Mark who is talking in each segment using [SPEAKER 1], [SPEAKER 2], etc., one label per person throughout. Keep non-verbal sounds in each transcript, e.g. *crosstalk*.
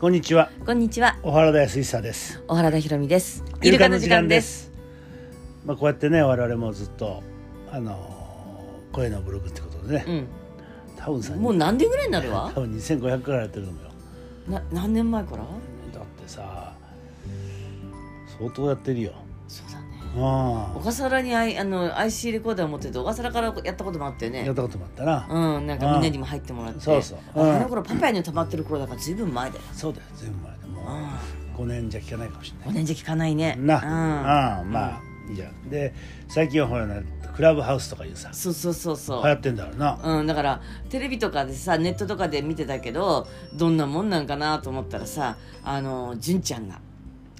[SPEAKER 1] こんにちは
[SPEAKER 2] こんにちは
[SPEAKER 1] 小原田康久です
[SPEAKER 2] 小原田ひろみですイルカの時間です
[SPEAKER 1] まあこうやってね我々もずっとあのー声のブログってことでね、多分
[SPEAKER 2] う
[SPEAKER 1] さ
[SPEAKER 2] んもう何年ぐらいになるわ
[SPEAKER 1] *laughs* 多分2500からやってると思うよ
[SPEAKER 2] な何年前から
[SPEAKER 1] だってさ相当やってるよ
[SPEAKER 2] そうだね
[SPEAKER 1] あ
[SPEAKER 2] 小笠原にあいあの IC レコーダーを持ってて小笠原からやったこともあって
[SPEAKER 1] あや
[SPEAKER 2] ね
[SPEAKER 1] ったこともあったな、
[SPEAKER 2] うんなんかみんなにも入ってもらって
[SPEAKER 1] そうそう
[SPEAKER 2] あ
[SPEAKER 1] うん
[SPEAKER 2] あの頃パパに溜まってる頃だからずいぶん前だよ
[SPEAKER 1] そうだよ全部前でも
[SPEAKER 2] あ
[SPEAKER 1] う5年じゃ聞かないかもしれな
[SPEAKER 2] 5
[SPEAKER 1] い
[SPEAKER 2] 年じゃ聞かないね
[SPEAKER 1] な
[SPEAKER 2] うん
[SPEAKER 1] ああまあいいじゃんで最近はほらなクラブハウスとかいうさ
[SPEAKER 2] そうそうそうそ
[SPEAKER 1] 流行
[SPEAKER 2] う
[SPEAKER 1] ってんだろうな
[SPEAKER 2] うん、だからテレビとかでさネットとかで見てたけどどんなもんなんかなと思ったらさあの純ちゃんが、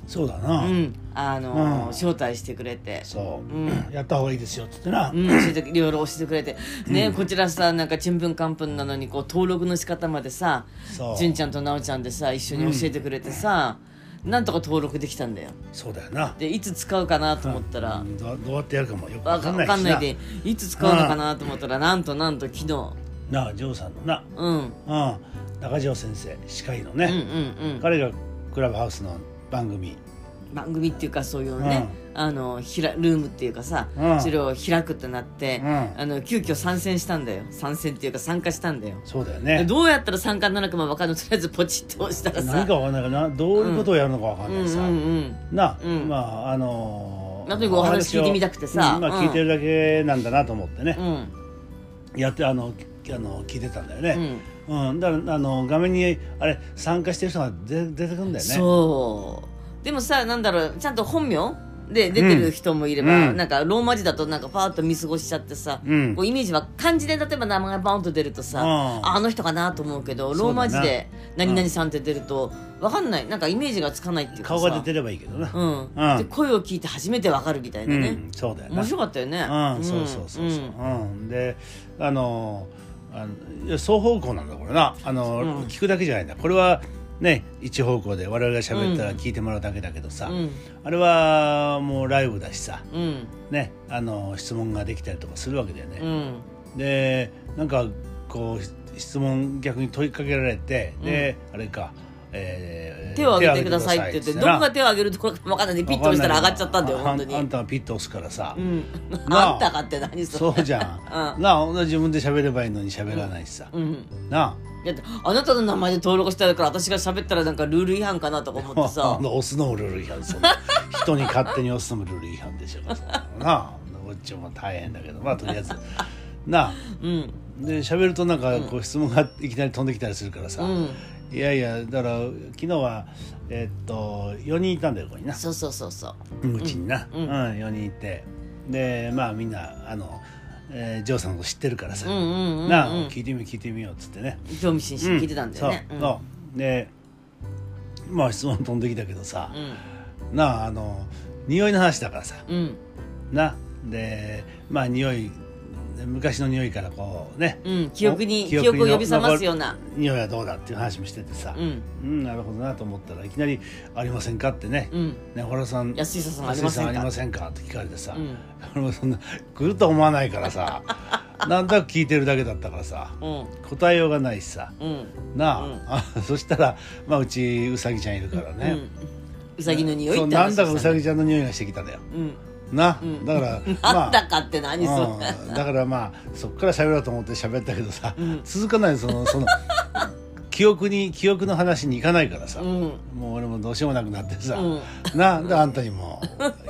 [SPEAKER 1] そうだ
[SPEAKER 2] う
[SPEAKER 1] な、
[SPEAKER 2] んあの
[SPEAKER 1] うん
[SPEAKER 2] 招待してくれて。
[SPEAKER 1] そう、
[SPEAKER 2] うん
[SPEAKER 1] やった方がいいですよって言ってな、
[SPEAKER 2] うん、教えていろいろ教えてくれて、ねこちらさなんかちんぷんかんぷんなのにこう登録の仕方までさ
[SPEAKER 1] そう
[SPEAKER 2] 純ちゃんと奈緒ちゃんでさ一緒に教えてくれてさ、なんとか登録できたんだよ
[SPEAKER 1] そうだよな
[SPEAKER 2] でいつ使うかなと思ったら、
[SPEAKER 1] うんどどうやってやるかもよく
[SPEAKER 2] わ
[SPEAKER 1] わか
[SPEAKER 2] か
[SPEAKER 1] ん
[SPEAKER 2] わ
[SPEAKER 1] ないし
[SPEAKER 2] かんないでいつ使うのかなと思ったらなんとなんと昨日、
[SPEAKER 1] なあジョーさんのな、
[SPEAKER 2] うん、うん
[SPEAKER 1] うん、中条先生歯科医の
[SPEAKER 2] うん
[SPEAKER 1] ね、
[SPEAKER 2] うん
[SPEAKER 1] 彼がクラブハウスの番組
[SPEAKER 2] 番組っていうかそういうね、あのひらルームっていうかさ、
[SPEAKER 1] うん
[SPEAKER 2] それを開くってなって、
[SPEAKER 1] うん
[SPEAKER 2] あの急遽参戦したんだよ参戦っていうか参加したんだよ
[SPEAKER 1] そうだよね
[SPEAKER 2] どうやったら参加になるかも分かんないとりあえずポチッと押したらさ
[SPEAKER 1] 何かわかんないからなどういうことをやるのかわか
[SPEAKER 2] うんんう
[SPEAKER 1] ないさ、
[SPEAKER 2] ん
[SPEAKER 1] な、
[SPEAKER 2] うん
[SPEAKER 1] まああのー
[SPEAKER 2] まあとにかくお話聞いてみたくてさ
[SPEAKER 1] うんまあ、
[SPEAKER 2] う
[SPEAKER 1] 聞
[SPEAKER 2] ん
[SPEAKER 1] いてるだけなんだなと思ってね
[SPEAKER 2] うんう、ん
[SPEAKER 1] やってあのきあの聞いてたんだよ
[SPEAKER 2] う
[SPEAKER 1] ね、
[SPEAKER 2] ん
[SPEAKER 1] うんだからあの画面にあれ参加してる人が出出てくるんだよね
[SPEAKER 2] そうでもさなんだろうちゃんと本名で出てる人もいれば、
[SPEAKER 1] うん
[SPEAKER 2] なんかローマ字だとなんかパーッと見過ごしちゃってさ、
[SPEAKER 1] うん
[SPEAKER 2] こうイメージは漢字で例えば名前バーンと出るとさ、
[SPEAKER 1] うん
[SPEAKER 2] ああの人かなと思うけどローマ字で「
[SPEAKER 1] うだな
[SPEAKER 2] 何々さん」って出ると分かんないなんかイメージがつかないっていうか
[SPEAKER 1] 顔
[SPEAKER 2] さ
[SPEAKER 1] が出てればいいけどな、
[SPEAKER 2] うん
[SPEAKER 1] うん
[SPEAKER 2] で声を聞いて初めて分かるみたいなね、
[SPEAKER 1] うん、そうだよな
[SPEAKER 2] 面白かったよね、
[SPEAKER 1] うん、そうそうそうそう、うんであのあのいや双方向なんだこれなあの、
[SPEAKER 2] うん
[SPEAKER 1] 聞くだけじゃないんだこれはね一方向で我々が喋ったら聞いてもらうだけだけどさ、
[SPEAKER 2] うん
[SPEAKER 1] あれはもうライブだしさ
[SPEAKER 2] うん
[SPEAKER 1] ねあの質問ができたりとかするわけだよ
[SPEAKER 2] う
[SPEAKER 1] ね、
[SPEAKER 2] ん
[SPEAKER 1] でなんかこう質問逆に問いかけられて、であれか、えー
[SPEAKER 2] 手を挙げてくださいって言って
[SPEAKER 1] 手
[SPEAKER 2] ど
[SPEAKER 1] を
[SPEAKER 2] こ
[SPEAKER 1] 挙げ
[SPEAKER 2] が
[SPEAKER 1] て
[SPEAKER 2] 手を挙げるところか分かんないんで
[SPEAKER 1] く
[SPEAKER 2] ピ
[SPEAKER 1] ださい
[SPEAKER 2] ッと押したら上がっちゃったんだよ
[SPEAKER 1] あ
[SPEAKER 2] 本当に
[SPEAKER 1] あんたがピッと押すからさ、
[SPEAKER 2] うん、
[SPEAKER 1] なあ
[SPEAKER 2] あんたかって何それ
[SPEAKER 1] そうじゃん、
[SPEAKER 2] うん
[SPEAKER 1] なあ自分で喋ればいいのに喋らないしさ、
[SPEAKER 2] うん
[SPEAKER 1] な
[SPEAKER 2] だってあなたの名前で登録してあるから私が喋ったらなんかルール違反かなとか思って
[SPEAKER 1] *laughs* あ
[SPEAKER 2] さ
[SPEAKER 1] 押すのもルール違反そん
[SPEAKER 2] *laughs*
[SPEAKER 1] な人に勝手に押すのもルール違反でしょそんなのなあこっちも大変だけどまあとりあえ
[SPEAKER 2] *laughs*
[SPEAKER 1] ずなあ
[SPEAKER 2] うん
[SPEAKER 1] で喋るとなんかこう質問がいきなり飛んできたりするからさ、
[SPEAKER 2] うん
[SPEAKER 1] いやいやだから昨日はえっと4人いたんだよここにな
[SPEAKER 2] そうそうそうそう
[SPEAKER 1] うちにな、う
[SPEAKER 2] うんんうん
[SPEAKER 1] 4人いてでまあみんなあの、えージョーさんのこと知ってるからさ、
[SPEAKER 2] うんうんうんうん
[SPEAKER 1] なあ聞いてみよう聞いてみようっつってね
[SPEAKER 2] 興味津々聞いてたんだよね
[SPEAKER 1] そうそうでまあ質問飛んできたけどさ
[SPEAKER 2] う、ん
[SPEAKER 1] なああの匂いの話だからさ
[SPEAKER 2] うん
[SPEAKER 1] なでまあ匂い昔の匂いからこうね、
[SPEAKER 2] うん記憶に
[SPEAKER 1] お
[SPEAKER 2] 記憶を
[SPEAKER 1] の
[SPEAKER 2] 呼び覚ますような
[SPEAKER 1] 匂いはどうだっていう話もしててさ、
[SPEAKER 2] うん
[SPEAKER 1] なるほどなと思ったらいきなり「ありませんか?」ってね,、
[SPEAKER 2] うん
[SPEAKER 1] ね原さん
[SPEAKER 2] 安井さんあり
[SPEAKER 1] 安
[SPEAKER 2] ま
[SPEAKER 1] 井
[SPEAKER 2] せ
[SPEAKER 1] さんありま
[SPEAKER 2] んか
[SPEAKER 1] せんかって聞かれてさ、
[SPEAKER 2] うん
[SPEAKER 1] 俺もそんな来ると思わないから
[SPEAKER 2] *laughs*
[SPEAKER 1] さなんとなく聞いてるだけだったからさ
[SPEAKER 2] うん
[SPEAKER 1] 答えようがないしさ、
[SPEAKER 2] うん
[SPEAKER 1] なあ,、
[SPEAKER 2] うん
[SPEAKER 1] あ *laughs* そしたら、まあ、うちうさぎちゃんいるから
[SPEAKER 2] う
[SPEAKER 1] ね、
[SPEAKER 2] んうさぎの匂い
[SPEAKER 1] そう
[SPEAKER 2] って
[SPEAKER 1] なん
[SPEAKER 2] 話
[SPEAKER 1] だか
[SPEAKER 2] をし
[SPEAKER 1] う
[SPEAKER 2] た
[SPEAKER 1] さ
[SPEAKER 2] んだ
[SPEAKER 1] ぎちゃんの匂いがしてきたんだよ
[SPEAKER 2] うん
[SPEAKER 1] な、
[SPEAKER 2] ん
[SPEAKER 1] だ
[SPEAKER 2] *laughs*
[SPEAKER 1] から
[SPEAKER 2] なんだかって何それ
[SPEAKER 1] うんだからまあそっから喋ろうと思って喋ったけどさ、
[SPEAKER 2] うん
[SPEAKER 1] 続かないそのその *laughs* 記憶に記憶の話に行かないからさ、
[SPEAKER 2] うん
[SPEAKER 1] もう俺もどうしようもなくなってさ、
[SPEAKER 2] うん
[SPEAKER 1] なであんたにも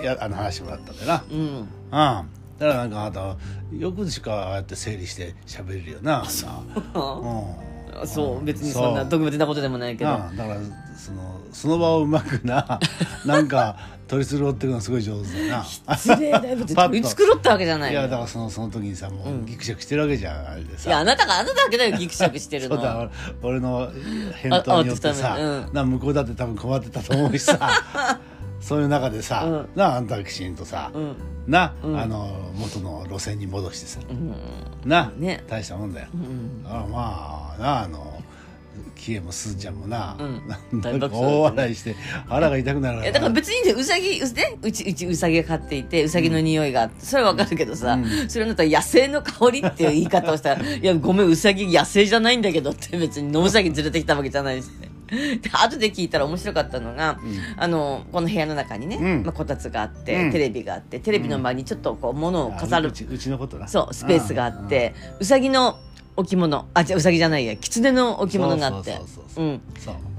[SPEAKER 1] いやあの話もらったんだよな
[SPEAKER 2] うん
[SPEAKER 1] うんだからなんかあなたよくしかああやって整理して喋れるよなうん
[SPEAKER 2] あそう別にそんな
[SPEAKER 1] う
[SPEAKER 2] 特別なことでもないけど
[SPEAKER 1] なあだからそのその場をうまく
[SPEAKER 2] *laughs*
[SPEAKER 1] ななんか取り繕っていくのすごい上手だな
[SPEAKER 2] 失礼だよ別
[SPEAKER 1] パッと
[SPEAKER 2] に繕ったわけじゃない
[SPEAKER 1] い
[SPEAKER 2] よ
[SPEAKER 1] やだからそのその時にさもうギクシャクしてるわけじゃんあれで
[SPEAKER 2] いや、
[SPEAKER 1] さ
[SPEAKER 2] あなたがあなただけだよ、ギクシャクしてる
[SPEAKER 1] そ
[SPEAKER 2] の。
[SPEAKER 1] うだ俺俺の返答によって
[SPEAKER 2] ああ
[SPEAKER 1] さ
[SPEAKER 2] あ、うん
[SPEAKER 1] な向こうだって多分困ってたと思うしさ *laughs* そういう中でさ、
[SPEAKER 2] うん
[SPEAKER 1] なあんたはきちんとさ、
[SPEAKER 2] うん。
[SPEAKER 1] な、
[SPEAKER 2] うん
[SPEAKER 1] あの元の路線に戻してさ、
[SPEAKER 2] うん。
[SPEAKER 1] な、
[SPEAKER 2] ね
[SPEAKER 1] 大したもんだよ、
[SPEAKER 2] うん。
[SPEAKER 1] だからまあなあのキエもすずちゃんもな,、
[SPEAKER 2] うん
[SPEAKER 1] なん
[SPEAKER 2] 大
[SPEAKER 1] か
[SPEAKER 2] 爆
[SPEAKER 1] 大
[SPEAKER 2] 笑だったね
[SPEAKER 1] 笑いして腹が痛くなる
[SPEAKER 2] いやだから別にねうさぎう,、ね、うちうちうさぎが飼っていてうさぎの匂いがあってそれはわかるけどさ、それあなた野生の香りっていう
[SPEAKER 1] *laughs*
[SPEAKER 2] 言い方をしたら「いやごめんうさぎ野生じゃないんだけど」って別に野うさぎ連れてきたわけじゃないし、ね、で後で聞いたら面白かったのが、あのこの部屋の中にね、
[SPEAKER 1] うん
[SPEAKER 2] まあ、こたつがあって、
[SPEAKER 1] うん
[SPEAKER 2] テレビがあってテレビの前にちょっとこう物を飾る
[SPEAKER 1] うちうちのことな
[SPEAKER 2] そうスペースがあってうさぎの置物あじゃうさぎじゃないや狐の置物があって
[SPEAKER 1] そうそうそう
[SPEAKER 2] う
[SPEAKER 1] そうん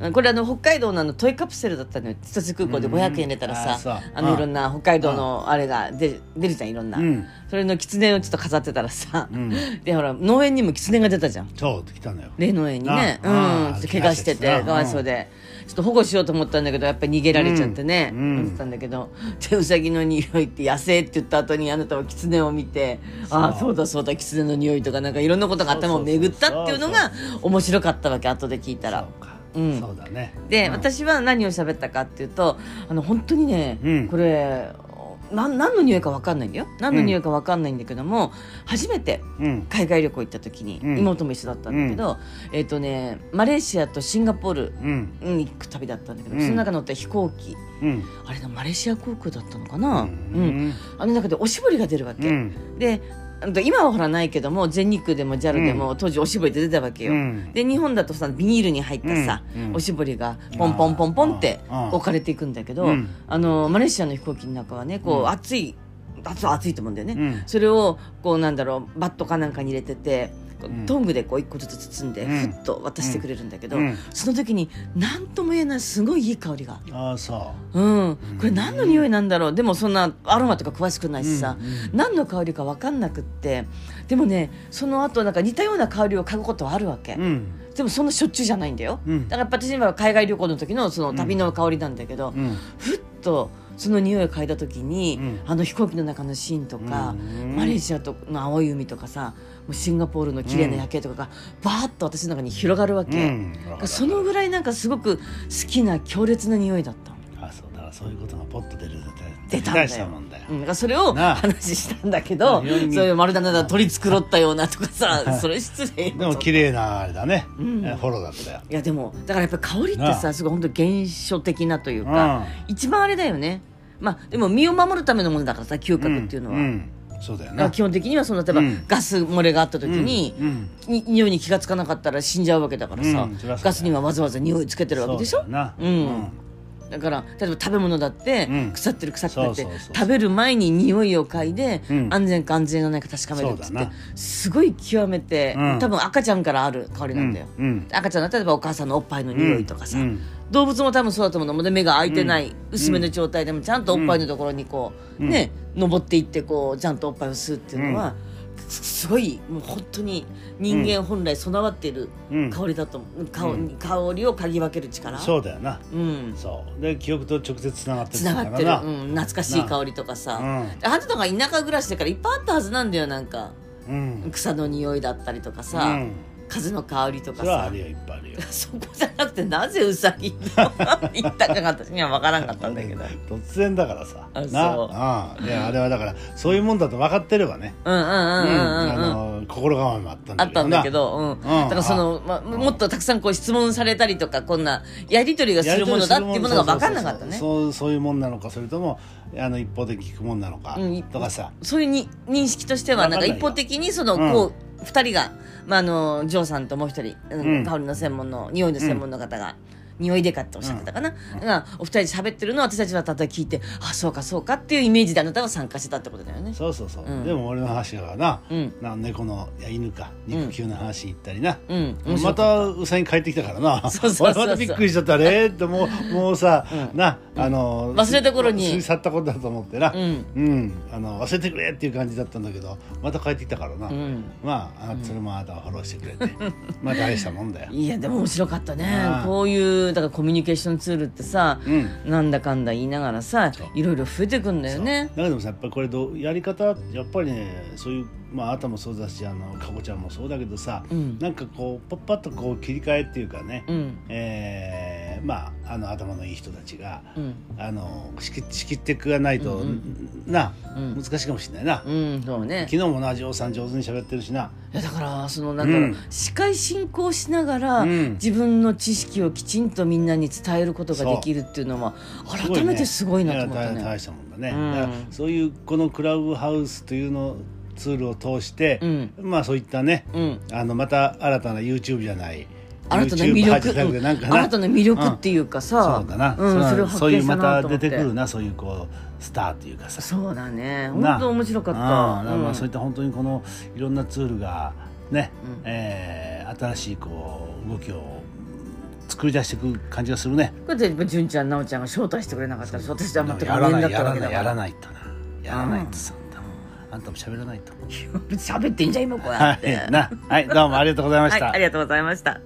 [SPEAKER 1] そう
[SPEAKER 2] これあの北海道のあのトイカプセルだったのよ千歳空港で
[SPEAKER 1] うん
[SPEAKER 2] 500円入れたら
[SPEAKER 1] あそう
[SPEAKER 2] さ、あの
[SPEAKER 1] うん
[SPEAKER 2] いろんな北海道のあれが出出るじゃんいろんな、
[SPEAKER 1] うん
[SPEAKER 2] それの狐をちょっと飾ってたらさ、
[SPEAKER 1] うん
[SPEAKER 2] でほら農園にも狐が出たじゃん
[SPEAKER 1] そう来たのよ
[SPEAKER 2] 霊農園にねう
[SPEAKER 1] ああ
[SPEAKER 2] んちょっと
[SPEAKER 1] あ
[SPEAKER 2] 怪我してて
[SPEAKER 1] 怪我してて
[SPEAKER 2] かわいそうでちょっと保護しようと思ったんだけどやっぱり逃げられちゃってね
[SPEAKER 1] うんうん
[SPEAKER 2] 思ってたんだけどでウサギの匂いって野生って言った後にあなたは狐を見てああそうだそうだ狐の匂いとかなんかいろんなことが頭を巡ったっていうのが面白かったわけ後で聞いたら
[SPEAKER 1] そ。うか
[SPEAKER 2] うん
[SPEAKER 1] そうだね
[SPEAKER 2] で、
[SPEAKER 1] うん
[SPEAKER 2] 私は何を喋ったかっていうとあの本当にね、
[SPEAKER 1] うん
[SPEAKER 2] これなん何の匂いか分かんないんだよ何の匂いか分かんないんだけども、初めて
[SPEAKER 1] うん
[SPEAKER 2] 海外旅行行った時に、
[SPEAKER 1] うん
[SPEAKER 2] 妹も一緒だったんだけど、えっ、とねマレーシアとシンガポール
[SPEAKER 1] うん
[SPEAKER 2] に行く旅だったんだけど、
[SPEAKER 1] うん
[SPEAKER 2] その中乗った飛行機
[SPEAKER 1] うん
[SPEAKER 2] あれだマレーシア航空だったのかな、
[SPEAKER 1] う
[SPEAKER 2] うんんあの中でおしぼりが出るわけ、
[SPEAKER 1] うん
[SPEAKER 2] であの今はほらないけども全日空でも JAL でも、当時おしぼりで出たわけよ、
[SPEAKER 1] うん
[SPEAKER 2] で日本だとさビニールに入ったさ、
[SPEAKER 1] うんうん
[SPEAKER 2] おしぼりがポンポンポンポンって
[SPEAKER 1] あーあー
[SPEAKER 2] 置かれていくんだけど、
[SPEAKER 1] うん
[SPEAKER 2] あのマレーシアの飛行機の中はねこう、
[SPEAKER 1] うん
[SPEAKER 2] 熱い熱熱いと思うんだよね、
[SPEAKER 1] うん
[SPEAKER 2] それをこうなんだろうバットかなんかに入れててこう
[SPEAKER 1] うん
[SPEAKER 2] トングでこう一個ずつ包んで、
[SPEAKER 1] うん
[SPEAKER 2] ふっと渡してくれるんだけど、
[SPEAKER 1] うん
[SPEAKER 2] その時に何とも言えないすごいいい香りが。
[SPEAKER 1] ああそ
[SPEAKER 2] うん、これ何の匂いなんだろうでもそんなアロマとか詳しくな
[SPEAKER 1] う
[SPEAKER 2] いしさ、
[SPEAKER 1] うん
[SPEAKER 2] 何の香りか分かんなくってでもねその後なんか似たような香りを嗅ぐことはあるわけ、
[SPEAKER 1] うん
[SPEAKER 2] でもそんなしょっちゅうじゃないんだよ、
[SPEAKER 1] うん
[SPEAKER 2] だからやっぱ私今海外旅行の時のその旅の香りなんだけど、
[SPEAKER 1] うん
[SPEAKER 2] ふっとその匂いを嗅いだ時に、
[SPEAKER 1] うん
[SPEAKER 2] あの飛行機の中のシーンとか、
[SPEAKER 1] うん
[SPEAKER 2] マレーシアとの青い海とかさもうシンガポールの綺麗な夜景とかがバーッと私の中に広がるわけ、
[SPEAKER 1] うん
[SPEAKER 2] だからそのぐらいなんかすごく好きな強烈な匂いだったの。
[SPEAKER 1] あそうだからそういうことがポッと出る
[SPEAKER 2] 出たんだよ
[SPEAKER 1] 大したもんだよ
[SPEAKER 2] うん、だからそれを
[SPEAKER 1] なあ
[SPEAKER 2] 話したんだけど
[SPEAKER 1] う
[SPEAKER 2] そ
[SPEAKER 1] ん
[SPEAKER 2] う
[SPEAKER 1] 非常に
[SPEAKER 2] いうまるでなんだ取り繕ったようなとか
[SPEAKER 1] *laughs*
[SPEAKER 2] さそれ失礼
[SPEAKER 1] でも綺麗なあれだね
[SPEAKER 2] うん
[SPEAKER 1] えフォローだったよ
[SPEAKER 2] いやでもだからやっぱり香りって
[SPEAKER 1] なあ
[SPEAKER 2] さすごい本当現象的なというか、
[SPEAKER 1] う
[SPEAKER 2] 一番あれだよねまあでも身を守るためのものだからさ嗅覚っていうのは、
[SPEAKER 1] んんそうだよ
[SPEAKER 2] だから
[SPEAKER 1] な
[SPEAKER 2] 基本的にはその例えば、
[SPEAKER 1] うん
[SPEAKER 2] ガス漏れがあった時に、
[SPEAKER 1] うんうん
[SPEAKER 2] に匂いに気がつかなかったら死んじゃうわけだからさ、
[SPEAKER 1] うんそりゃそうだよ
[SPEAKER 2] ガスにはわざわざ匂いつけてるわけでし
[SPEAKER 1] そ
[SPEAKER 2] ょ
[SPEAKER 1] うだよな
[SPEAKER 2] うんだから例えば食べ物だって、
[SPEAKER 1] うん
[SPEAKER 2] 腐ってる腐ってるって
[SPEAKER 1] そうそうそう
[SPEAKER 2] 食べる前に匂いを嗅いで、
[SPEAKER 1] うん
[SPEAKER 2] 安全か安全がないか確かめるっ
[SPEAKER 1] そ
[SPEAKER 2] つっ
[SPEAKER 1] うだ
[SPEAKER 2] て
[SPEAKER 1] な
[SPEAKER 2] すごい極めて、
[SPEAKER 1] うん
[SPEAKER 2] 多分赤ちゃんからある香りなんだよ、
[SPEAKER 1] うんうん
[SPEAKER 2] 赤ちゃんだったら例えばお母さんのおっぱいの匂いとかさ、
[SPEAKER 1] うん
[SPEAKER 2] 動物も多分そうだと思うので目が開いてない、薄めの状態でもちゃんとおっぱいのところにこう、
[SPEAKER 1] うん
[SPEAKER 2] ね登っていってこうちゃんとおっぱいを吸うっていうのは、すすごいもう本当に人間本来備わっている
[SPEAKER 1] うん
[SPEAKER 2] 香りだと思う、香香りを嗅ぎ分ける力
[SPEAKER 1] そうだよな
[SPEAKER 2] うん、
[SPEAKER 1] そうで記憶と直接つながって
[SPEAKER 2] つながってる、
[SPEAKER 1] だ
[SPEAKER 2] う
[SPEAKER 1] から
[SPEAKER 2] ん、懐かしい香りとかさ、
[SPEAKER 1] なうん
[SPEAKER 2] あなたとか田舎暮らしだからいっぱいあったはずなんだよなんか
[SPEAKER 1] うん
[SPEAKER 2] 草の匂いだったりとかさ、
[SPEAKER 1] うん
[SPEAKER 2] 風の香りとか
[SPEAKER 1] それはあ
[SPEAKER 2] さ
[SPEAKER 1] るよいっぱいあるよ
[SPEAKER 2] *laughs* そこじゃなくてなぜウサギの *laughs* 言ったかが私には分からんかったんだけど。
[SPEAKER 1] 突然だからさ
[SPEAKER 2] あそう
[SPEAKER 1] なうんであれはだからそういうもんだと分かってればね
[SPEAKER 2] うんうんうん
[SPEAKER 1] うん
[SPEAKER 2] うんうん、
[SPEAKER 1] あの心構えもあったん
[SPEAKER 2] あ
[SPEAKER 1] だけ
[SPEAKER 2] っ
[SPEAKER 1] ど
[SPEAKER 2] たんだけ
[SPEAKER 1] な
[SPEAKER 2] ど、うん、
[SPEAKER 1] うん
[SPEAKER 2] だからその、まあ、もっとたくさんこう質問されたりとかこんなやり取りがするものだっていうものが分かんなかったねそう
[SPEAKER 1] そうそういうもんなのかそれともあの一方で聞くもんなのか
[SPEAKER 2] うん
[SPEAKER 1] とかさ
[SPEAKER 2] いうに認識としてはなんか
[SPEAKER 1] 分かんない
[SPEAKER 2] 一
[SPEAKER 1] よ
[SPEAKER 2] 方的にその、
[SPEAKER 1] うん
[SPEAKER 2] こう2人が、まあ、あのジョーさんともう一人、うん
[SPEAKER 1] うん
[SPEAKER 2] 香りの専門の匂いの専門の方が。匂いでかっておっしゃってたかな、がお二人で喋ってるのを私たちはただ聞いてあそうかそうかっていうイメージであなたは参加してたってことだよね
[SPEAKER 1] そうそうそう
[SPEAKER 2] うん
[SPEAKER 1] でも俺の話がな
[SPEAKER 2] うん
[SPEAKER 1] な猫のいや犬か肉球の話行ったりな
[SPEAKER 2] うん面白
[SPEAKER 1] ま
[SPEAKER 2] かった
[SPEAKER 1] ウサギ帰ってきたからな
[SPEAKER 2] そうそうそうそう
[SPEAKER 1] 俺またびっくりしちゃったねってもうもうさ
[SPEAKER 2] うん
[SPEAKER 1] なあの
[SPEAKER 2] 忘れた頃に
[SPEAKER 1] 過ぎ去ったことだと思ってな
[SPEAKER 2] たうん
[SPEAKER 1] うんあの忘れてくれっていう感じだったんだけどまた帰ってきたからな
[SPEAKER 2] うん
[SPEAKER 1] まああそれもあなたはフォローしてくれ
[SPEAKER 2] *laughs*
[SPEAKER 1] てまあ大したもんだよ
[SPEAKER 2] いやでも面白かったね
[SPEAKER 1] ああ
[SPEAKER 2] こういうだからコミュニケーションツールってさ、
[SPEAKER 1] うん
[SPEAKER 2] なんだかんだ言いながらさ
[SPEAKER 1] そう
[SPEAKER 2] いろいろ増えてくんだよね
[SPEAKER 1] そうだけどもさやっぱりこれどうやり方やっぱりねそういう、まあ、あなたもそうだしあのかこちゃんもそうだけどさ、
[SPEAKER 2] うん
[SPEAKER 1] なんかこうパッパッとこう切り替えっていうかね、
[SPEAKER 2] うん
[SPEAKER 1] えーまああの頭のいい人たちが、
[SPEAKER 2] うん
[SPEAKER 1] あの仕切仕切っていかないと、
[SPEAKER 2] うん
[SPEAKER 1] な
[SPEAKER 2] うん
[SPEAKER 1] 難しいかもしれないな、
[SPEAKER 2] うんそうね
[SPEAKER 1] 昨日もなジョーさん上手に喋ってるしない
[SPEAKER 2] やだからそのなんだろう、
[SPEAKER 1] うん
[SPEAKER 2] 司会進行しながら、
[SPEAKER 1] うん
[SPEAKER 2] 自分の知識をきちんとみんなに伝えることができるっていうのは
[SPEAKER 1] すごい
[SPEAKER 2] 改
[SPEAKER 1] ね
[SPEAKER 2] めてすごいなと思っ
[SPEAKER 1] い
[SPEAKER 2] た
[SPEAKER 1] や大
[SPEAKER 2] ね。
[SPEAKER 1] 大したもんだね、
[SPEAKER 2] うん
[SPEAKER 1] だからそういうこのクラブハウスというのツールを通して
[SPEAKER 2] う、ん
[SPEAKER 1] まあそういったね
[SPEAKER 2] うん
[SPEAKER 1] あのまた新たな YouTube じゃない
[SPEAKER 2] 新たな魅
[SPEAKER 1] YouTube
[SPEAKER 2] 力、
[SPEAKER 1] 始め
[SPEAKER 2] う
[SPEAKER 1] て
[SPEAKER 2] ん
[SPEAKER 1] なんかな
[SPEAKER 2] 新たな魅力っていうかさ、
[SPEAKER 1] そうだな、
[SPEAKER 2] うん
[SPEAKER 1] そ
[SPEAKER 2] それを
[SPEAKER 1] う
[SPEAKER 2] 発
[SPEAKER 1] そうい
[SPEAKER 2] 見
[SPEAKER 1] う
[SPEAKER 2] した
[SPEAKER 1] ま
[SPEAKER 2] な
[SPEAKER 1] た
[SPEAKER 2] と思
[SPEAKER 1] 出
[SPEAKER 2] って
[SPEAKER 1] てくるなそういうこうスターっていうかさ
[SPEAKER 2] そうだね
[SPEAKER 1] な
[SPEAKER 2] 本当面白かった
[SPEAKER 1] ああだらま
[SPEAKER 2] う
[SPEAKER 1] あ
[SPEAKER 2] ん
[SPEAKER 1] そういった本当にこのいろんなツールがね、
[SPEAKER 2] うん
[SPEAKER 1] えー新しいこう動きを作り出していく感じがするね。
[SPEAKER 2] これでやっぱ純ちゃん奈緒ちゃんが招待してくれなかったら私
[SPEAKER 1] や
[SPEAKER 2] は全く
[SPEAKER 1] ら
[SPEAKER 2] 無
[SPEAKER 1] な
[SPEAKER 2] 縁
[SPEAKER 1] い
[SPEAKER 2] だ
[SPEAKER 1] や
[SPEAKER 2] った
[SPEAKER 1] ら
[SPEAKER 2] わけ
[SPEAKER 1] ない
[SPEAKER 2] だか
[SPEAKER 1] やら
[SPEAKER 2] ら
[SPEAKER 1] ないとなやらないってさあんたもあんたも喋らないと。
[SPEAKER 2] *laughs* 喋ってんじゃん今こうや
[SPEAKER 1] は
[SPEAKER 2] って、
[SPEAKER 1] いなはいどうもありがとうございまし
[SPEAKER 2] はい
[SPEAKER 1] た。
[SPEAKER 2] ありがとうございました